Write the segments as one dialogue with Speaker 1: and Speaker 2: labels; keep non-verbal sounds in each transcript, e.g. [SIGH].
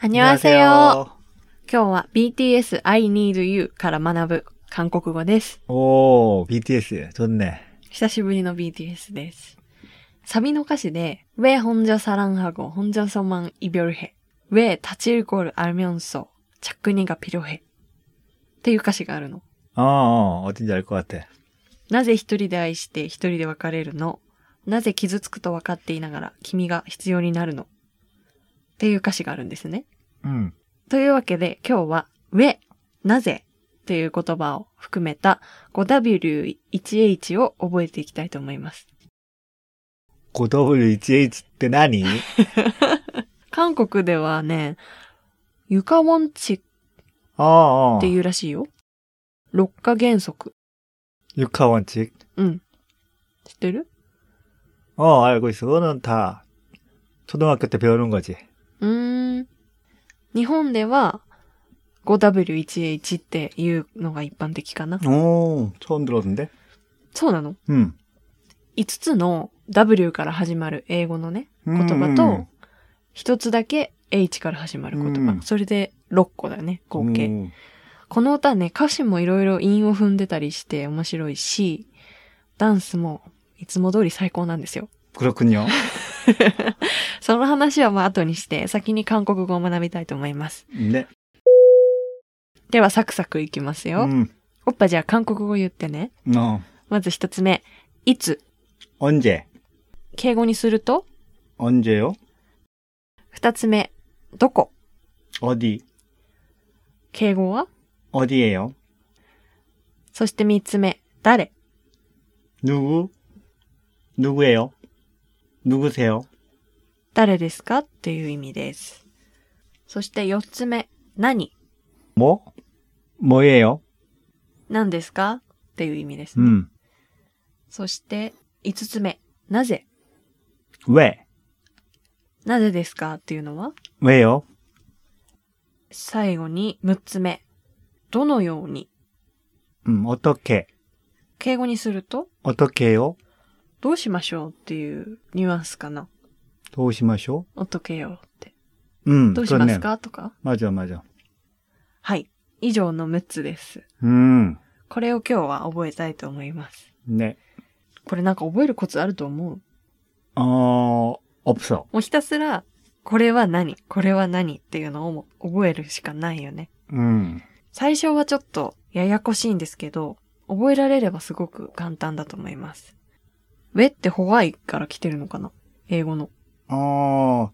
Speaker 1: 안녕하세요今日は BTS I Need You から学ぶ韓国語です。
Speaker 2: 오, BTS 좋네.
Speaker 1: 久しぶりの BTS です。サビの歌詞で、왜혼자사랑하고혼자서만이별해왜다칠걸알면서작근이가필요해っていう歌詞があるの。
Speaker 2: 어, 어 어딘지 알 것 같아.
Speaker 1: なぜ一人で愛して一人で別れるのなぜ傷つくと分かっていながら君が必要になるのっていう歌詞があるんですね。
Speaker 2: 음,
Speaker 1: というわけで今日は、上、なぜという言葉を含めた 5W1H を覚えていきたいと思います。
Speaker 2: 9WGH 때 나니?
Speaker 1: 韓国ではね、床音痴
Speaker 2: 어, 어.
Speaker 1: っていうらしいよ。六化原則。
Speaker 2: 육하 원칙.
Speaker 1: うん。知ってる
Speaker 2: 어, 알고 있어. 그거는 다 초등학교 때 배우는 거지.
Speaker 1: うーん。日本では 5W1H っていうのが一般的かな。
Speaker 2: 오, 처음 들었는데?
Speaker 1: そうなの
Speaker 2: 음.
Speaker 1: 5つの W から始まる英語のね、言
Speaker 2: 음, 음,
Speaker 1: 葉
Speaker 2: 음.
Speaker 1: と、一つだけ H から始まる言葉。
Speaker 2: うん
Speaker 1: それで6個だね、合計。
Speaker 2: 음.
Speaker 1: この歌ね、歌詞もいろいろ韻を踏んでたりして面白いし、ダンスもいつも通り最高なんですよ。 [LAUGHS]
Speaker 2: 그렇군요.
Speaker 1: その話はまあ後にして、先に韓国語を学びたいと思います。
Speaker 2: 네.
Speaker 1: ではサクサクいきますよ。
Speaker 2: 음.
Speaker 1: おっぱじゃあ韓国語言ってね。
Speaker 2: 어.
Speaker 1: まず一つ目。いつ。
Speaker 2: 언제?
Speaker 1: 敬語にすると。
Speaker 2: 언제요?
Speaker 1: 二つ目。どこ。
Speaker 2: 어디?
Speaker 1: 敬語は
Speaker 2: 어디에요?
Speaker 1: そして三つ目。誰。
Speaker 2: 누구? 누구예요? 누구세요?
Speaker 1: 誰ですかっていう意味です。そして四つ目。何
Speaker 2: 뭐? 뭐예요?
Speaker 1: 何ですかっていう意味ですね。
Speaker 2: 음.
Speaker 1: そして五つ目。なぜ
Speaker 2: 왜?
Speaker 1: なぜですかっていうのは
Speaker 2: 왜요?
Speaker 1: 最後に六つ目。どのように
Speaker 2: 음, 어떻게?
Speaker 1: 敬語にすると
Speaker 2: 어떻게 해요?
Speaker 1: どうしましょうっていうニュアンスかな。
Speaker 2: 도우시마쇼?
Speaker 1: おっとけよって。
Speaker 2: 음,
Speaker 1: どうしま
Speaker 2: 그렇네.
Speaker 1: すかとか。
Speaker 2: 맞아, 맞아.
Speaker 1: はい。以上の6つです。
Speaker 2: 음,
Speaker 1: これを今日は覚えたいと思います。
Speaker 2: 네.
Speaker 1: これなんか覚えるコツあると思う
Speaker 2: 어, 없어.
Speaker 1: もうひたすら、これは何これは何っていうのをもう覚えるしかないよね。
Speaker 2: 음,
Speaker 1: 最初はちょっとややこしいんですけど、覚えられればすごく簡単だと思います。ウェってホワイから来てるのかな英語の。
Speaker 2: 어,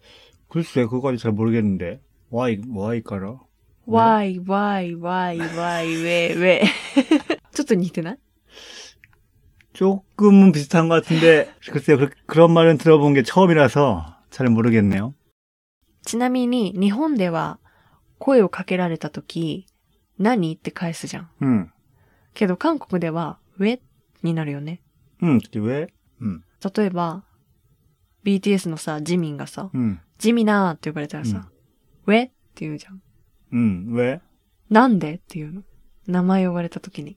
Speaker 2: 글쎄, 그거까지 잘 모르겠는데. 와이, 와이까라?
Speaker 1: why, why, why, why, where, where. ちょっと似てない
Speaker 2: 조금은 비슷한 것 같은데, 글쎄요, 그, 그런 말은 들어본 게 처음이라서 잘 모르겠네요.
Speaker 1: ちなみに日本では声をかけられた時、何って返すじゃん。
Speaker 2: 음,
Speaker 1: けど韓国では、ウェになるよね。
Speaker 2: 음, 그치, 왜?
Speaker 1: 例えば、BTS のさ、ジミンがさ、
Speaker 2: 음,
Speaker 1: ジミナーって呼ばれたらさ、ウェって言うじゃん。
Speaker 2: 음, 왜?
Speaker 1: なんでっていうの。名前呼ばれた時に。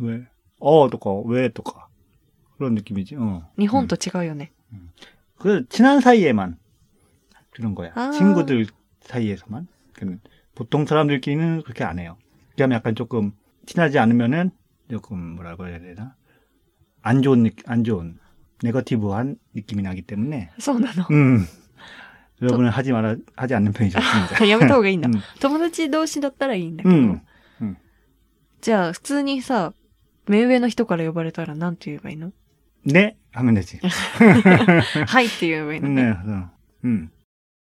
Speaker 2: 왜? 어, 또까, 왜, 또까. 그런 느낌이지, 어.
Speaker 1: 日本
Speaker 2: 음.
Speaker 1: と違うよね。
Speaker 2: 그 친한 사이에만 그런 거야.
Speaker 1: 아.
Speaker 2: 친구들 사이에서만. 그러니까 보통 사람들끼리는 그렇게 안 해요. 그다음에 약간 조금 친하지 않으면은 조금 뭐라고 해야 되나 안 좋은 느낌, 안 좋은 네거티브한 느낌이 나기 때문에.
Speaker 1: そうなの。 [LAUGHS]
Speaker 2: 음. 여러분은 하지 말아 하지 않는 편이 좋습니다.
Speaker 1: やめた方がいいんだ
Speaker 2: うん。
Speaker 1: 友達同士だったらいいんだけど。
Speaker 2: 아, 음.
Speaker 1: じゃあ、普通にさ、目上の人から呼ばれたらなんて言えばいいの
Speaker 2: 네 하면 되지.
Speaker 1: はいって言えばいいの
Speaker 2: 네.
Speaker 1: ね。
Speaker 2: 어. 음.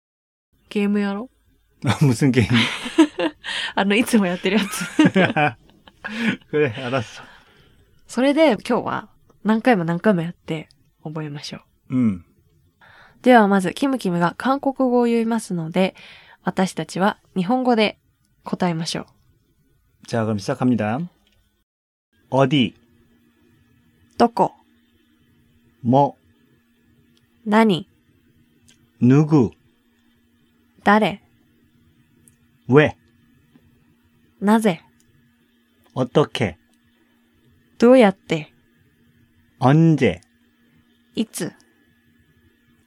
Speaker 2: [LAUGHS]
Speaker 1: ゲームやろ
Speaker 2: 무슨 게임? [LAUGHS]
Speaker 1: あの、いつもやってるやつ。
Speaker 2: 그래 알았어.
Speaker 1: [LAUGHS] それで今日は何回も何回もやって覚えましょう。
Speaker 2: 음.
Speaker 1: ではまず、キムキムが韓国語を言いますので、私たちは日本語で答えましょう。
Speaker 2: 자 그럼 시작합니다. 어디
Speaker 1: どこ、
Speaker 2: 뭐
Speaker 1: 何、
Speaker 2: 누구
Speaker 1: 誰、
Speaker 2: 왜
Speaker 1: なぜ、
Speaker 2: 어떻게
Speaker 1: どうやって、
Speaker 2: 언제
Speaker 1: いつ。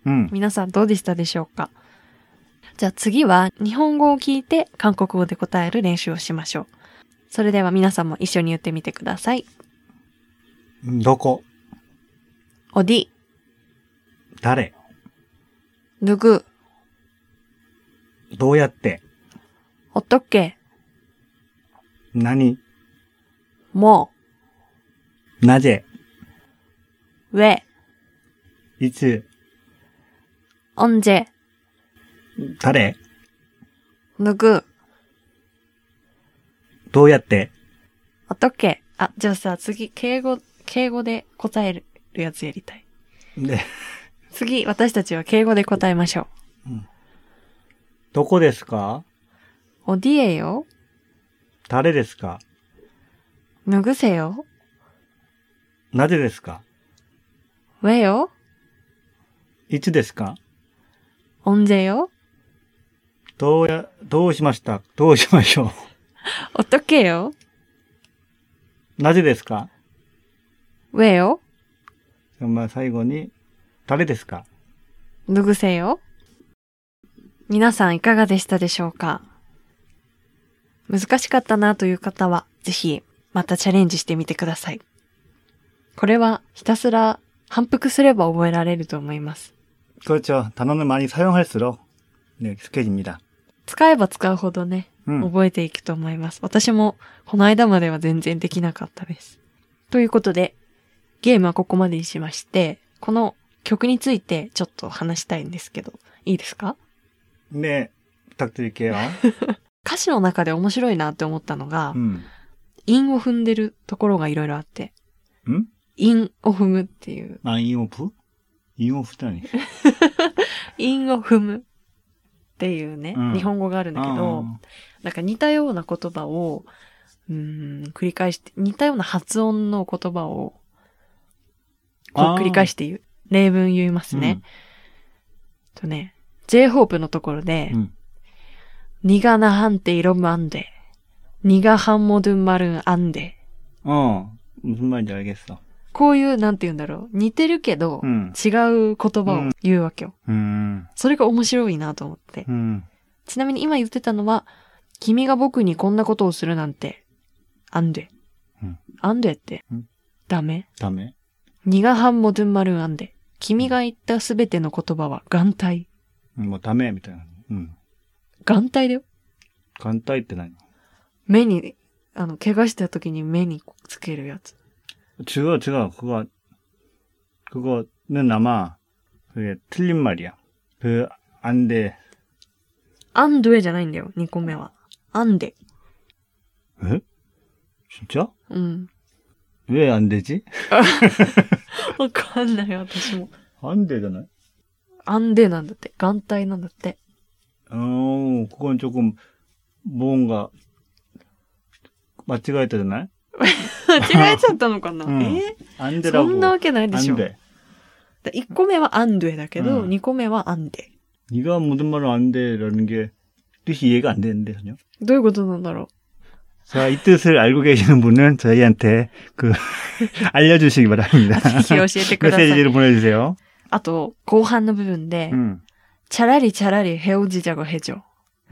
Speaker 2: 음.
Speaker 1: 皆さんどうでしたでしょうかじゃあ次は日本語を聞いて韓国語で答える練習をしましょう。それでは皆さんも一緒に言ってみてください。
Speaker 2: 너거
Speaker 1: 어디
Speaker 2: 달에
Speaker 1: 누구
Speaker 2: 너야떼
Speaker 1: 어떻게
Speaker 2: 나니
Speaker 1: 뭐
Speaker 2: 낮에
Speaker 1: 왜
Speaker 2: 이츠
Speaker 1: 언제
Speaker 2: 달에
Speaker 1: 누구
Speaker 2: 너야떼
Speaker 1: 어떻게あ、じゃあさ、次、敬語、敬語で答えるやつやりたい。
Speaker 2: 네.
Speaker 1: 次、私たちは敬語で答えましょ
Speaker 2: 도코 데스까?
Speaker 1: う。어디에요
Speaker 2: 달에 데스까?
Speaker 1: 누구세요
Speaker 2: 낮에 데스까?
Speaker 1: 왜요
Speaker 2: 이츠 데스까?
Speaker 1: 언제요
Speaker 2: 도야 도시마시다. 도시마쇼. [LAUGHS]
Speaker 1: 어떻게요
Speaker 2: 낮에 데스까?
Speaker 1: 왜요
Speaker 2: 정말 사이건이 달에 데스까?
Speaker 1: 누구세요皆さんいかがでしたでしょうか難しかったなという方は、ぜひまたチャレンジしてみてください。これはひたすら反復すれば覚えられると思います。
Speaker 2: 그렇죠. 단어는 많이 사용할수록 네, 익숙해집니다.
Speaker 1: 使えば使うほどね、
Speaker 2: 음.
Speaker 1: 覚えていくと思います。私もこの間までは全然できなかったです。ということで、ゲームはここまでにしまして、この曲についてちょっと話したいんですけど、いいですか
Speaker 2: 네. 부탁드릴게요.
Speaker 1: 歌詞の中で面白いなって思ったのが、
Speaker 2: 음.
Speaker 1: 韻を踏んでるところがいろいろあって、
Speaker 2: 음?
Speaker 1: 韻を踏むっていう、
Speaker 2: 아, 이오프? 이오프다니.
Speaker 1: 韻を踏むっていうね、
Speaker 2: うん
Speaker 1: 日本語があるん
Speaker 2: 아,
Speaker 1: だけど、
Speaker 2: 음,
Speaker 1: なんか似たような言葉を、うーん、繰り返して、似たような発音の言葉を、こう
Speaker 2: あー
Speaker 1: 繰り返して言う。例文言いますね。とね、J-Hope のところで
Speaker 2: 음. 、 음.
Speaker 1: 니가나한테이러면안 돼. 니가한모든말은안 돼.
Speaker 2: 어. 무슨 말인지 알겠어.
Speaker 1: こういう、なんて言うんだろう。似てるけど、
Speaker 2: 음.
Speaker 1: 違う言葉を言うわけよ。
Speaker 2: 음.
Speaker 1: それが面白いなと思って。
Speaker 2: 음.
Speaker 1: ちなみに今言ってたのは、君が僕にこんなことをするなんて、あんで
Speaker 2: うん。
Speaker 1: あんでって
Speaker 2: うん、
Speaker 1: ダメ。
Speaker 2: 다음에.
Speaker 1: 니가 한 모든 말은 안 돼. 君が言ったすべての言葉は眼帯。
Speaker 2: 음, 뭐 다음에 밑에. 음.
Speaker 1: 眼帯だよ。
Speaker 2: 간따이 때 나니.
Speaker 1: 目に、あの、怪我した時に目につけるやつ。
Speaker 2: 그거 제가 그거 그거는 아마 그게 틀린 말이야. 그 안돼.
Speaker 1: アンドゥエじゃないんだよ、2個目は。アンデ。
Speaker 2: 에? 진짜?
Speaker 1: うん。
Speaker 2: 왜 안 되지?
Speaker 1: [LAUGHS] わかんない、私も。
Speaker 2: 안 되잖아요.
Speaker 1: アンデなんだって。眼帯なんだって。 [LAUGHS]
Speaker 2: 어, 그건 조금 뭔가 마취가 있다잖아요.
Speaker 1: 間違えちゃったのかな、
Speaker 2: うん
Speaker 1: え
Speaker 2: 안
Speaker 1: ーそ
Speaker 2: 되라고.
Speaker 1: んなわけないでし
Speaker 2: 안
Speaker 1: ょ。
Speaker 2: 돼.
Speaker 1: 1個目はアンドゥエだけど、
Speaker 2: うん
Speaker 1: 二2個目はアンデ。
Speaker 2: 네가 모든 말은 안 돼라는 게 뜻이 이해가 안 되는데 전혀.
Speaker 1: どういうことなんだろ
Speaker 2: 자, 이 뜻을 알고 계시는 분은 저희한테 그 [LAUGHS] 알려주시기 바랍니다. [LAUGHS]
Speaker 1: うぜひ教えてください。
Speaker 2: 메시지를 보내주세요.
Speaker 1: あと、後半の部分で、
Speaker 2: 음,
Speaker 1: 차라리차라리헤어지자고해줘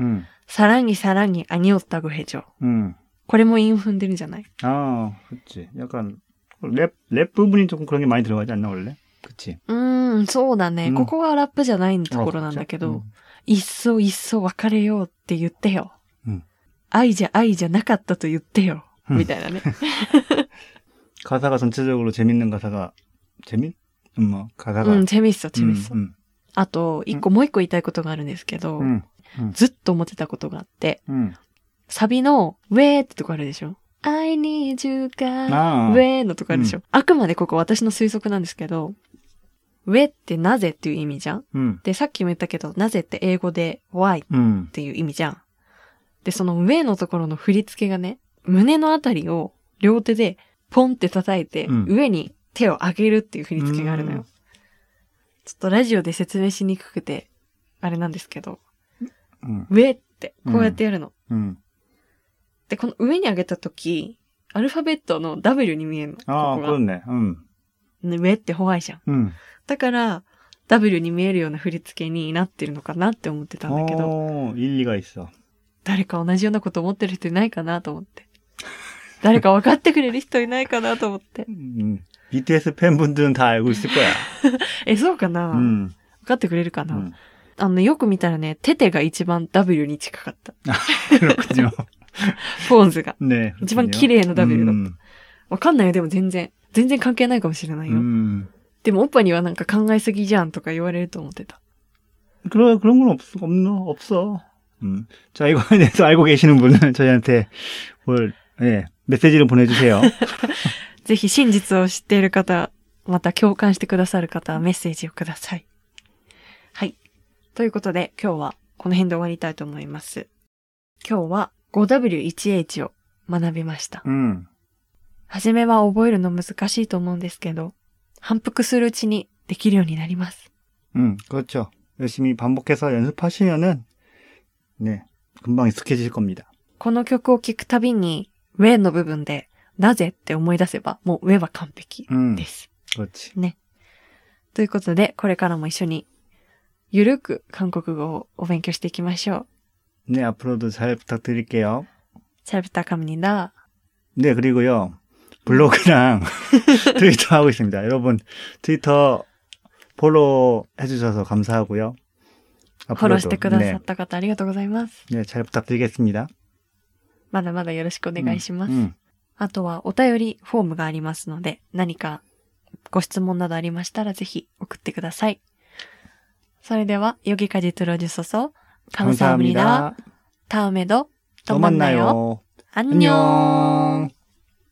Speaker 2: 음,
Speaker 1: 사랑이사랑이아니었다고해줘
Speaker 2: 음.
Speaker 1: これも韻踏んでるじゃない
Speaker 2: 아, 그렇지. 약간 랩, 랩 부분이 조금 그런 게 많이 들어가지 않나 원래? 그렇지.
Speaker 1: うーん、そうだね。
Speaker 2: うん
Speaker 1: ここがラップじゃない
Speaker 2: 그렇죠?
Speaker 1: ところなんだけ
Speaker 2: 음.
Speaker 1: ど、いっそいっそ別れようって言ってよ。
Speaker 2: うん
Speaker 1: 愛じゃ愛じゃなかったと言ってよ。
Speaker 2: うん
Speaker 1: みたいな
Speaker 2: [LAUGHS]
Speaker 1: ね。
Speaker 2: 가사가 전체적으로 재밌는 가사가 재밌? 음, 뭐 가사가
Speaker 1: うん、재밌어재밌어
Speaker 2: 음,
Speaker 1: あと、一個もう一個言いたいことがあるんですけど、
Speaker 2: 음,
Speaker 1: ずっと思ってたことがあって、
Speaker 2: 음.
Speaker 1: サビの、ウェーってとこあるでしょ ?I need you
Speaker 2: 아
Speaker 1: が、ウェーのとこあるでしょ、あくまでここ私の推測なんですけど、ウェってなぜっていう意味じゃん
Speaker 2: 음,
Speaker 1: で、さっきも言ったけど、なぜって英語で why っ
Speaker 2: 음,
Speaker 1: ていう意味じゃん。で、そのウェのところの振り付けがね、胸のあたりを両手でポンって叩いて、
Speaker 2: うん
Speaker 1: 上に手を上げるっていう振り付けがあるの
Speaker 2: う
Speaker 1: よ
Speaker 2: ん。
Speaker 1: ちょっとラジオで説明しにくくて、あれなんですけど、
Speaker 2: 음,
Speaker 1: ウェってこうやってやるの。
Speaker 2: 음.
Speaker 1: で、この上に上げたとき、アルファベットの W に見えるの。こ
Speaker 2: 아,
Speaker 1: こが。
Speaker 2: 그렇네. 음,
Speaker 1: ね上ってホワイじゃん。
Speaker 2: 음.
Speaker 1: だから、 W に見えるような振り付けになってるのかなって思ってたんだけど、
Speaker 2: 어, 일리가 있어.
Speaker 1: 誰か同じようなこと思ってる人いないかなと思って。誰か分かってくれる人いないかなと思って。 [LAUGHS]
Speaker 2: 음, BTS 팬분들은 다 알고 있을 거야.
Speaker 1: え、そうかな、
Speaker 2: 음,
Speaker 1: 分かってくれるかな、
Speaker 2: 음.
Speaker 1: あのね、よく見たらね、テテが一番 W に近かった。 [LAUGHS]
Speaker 2: 그렇군요.
Speaker 1: ポーズが。
Speaker 2: 네. 그렇군요.
Speaker 1: 하지만 기레에는 답이
Speaker 2: 음,
Speaker 1: わかんないよ、でも全然。全然関係ないかもしれないよ。
Speaker 2: 음.
Speaker 1: でも、オッパにはなんか考えすぎじゃんとか言われると思ってた。
Speaker 2: 그런 그런 건 없, 없는 없어. 음. 자 이거에 [LAUGHS] 대해서 알고 계시는 분은 저희한테 뭘 예, 메시지를
Speaker 1: [LAUGHS]
Speaker 2: 보내주세요.
Speaker 1: ぜひ真実を知っている方、また共感してくださる方はメッセージをください。はい。ということで、今日はこの辺で終わりたいと思います。今日は 5W1H を学びました。
Speaker 2: 음.
Speaker 1: はじめは覚えるの難しいと思うんですけど、反復するうちにできるようになります。
Speaker 2: 음, 그렇죠. 열심히 반복해서 연습하시면은 네 금방 익숙해지실 겁니다.
Speaker 1: この曲を聴くたびに、ウェイの部分で、なぜって思い出せば、もうウェイは完璧
Speaker 2: 음,
Speaker 1: です。
Speaker 2: 그렇지.
Speaker 1: ということで、これからも一緒に、ゆるく韓国語をお勉強していきましょう。
Speaker 2: 네 앞으로도 잘 부탁드릴게요.
Speaker 1: 잘부탁합니다。
Speaker 2: 네
Speaker 1: 음.
Speaker 2: 그리고요
Speaker 1: [LAUGHS]
Speaker 2: 블로그랑 [LAUGHS] 트위터 하고 있습니다. 여러분 트위터 팔로우 해주셔서 감사하고요.
Speaker 1: フォローしてくだ
Speaker 2: 네,
Speaker 1: さった方ありがとうございます。
Speaker 2: 네, 잘 부탁드리겠습니다.
Speaker 1: まだまだよろしくお願いします。
Speaker 2: 음,
Speaker 1: あとは、お便りフォームがありますので、何かご質問などありましたら、ぜひ送ってください。それでは、여기까지들어주셔서、감사합니다。
Speaker 2: 감사합니다.
Speaker 1: 다음에도
Speaker 2: 또 만나요.
Speaker 1: 안녕.
Speaker 2: 안녕.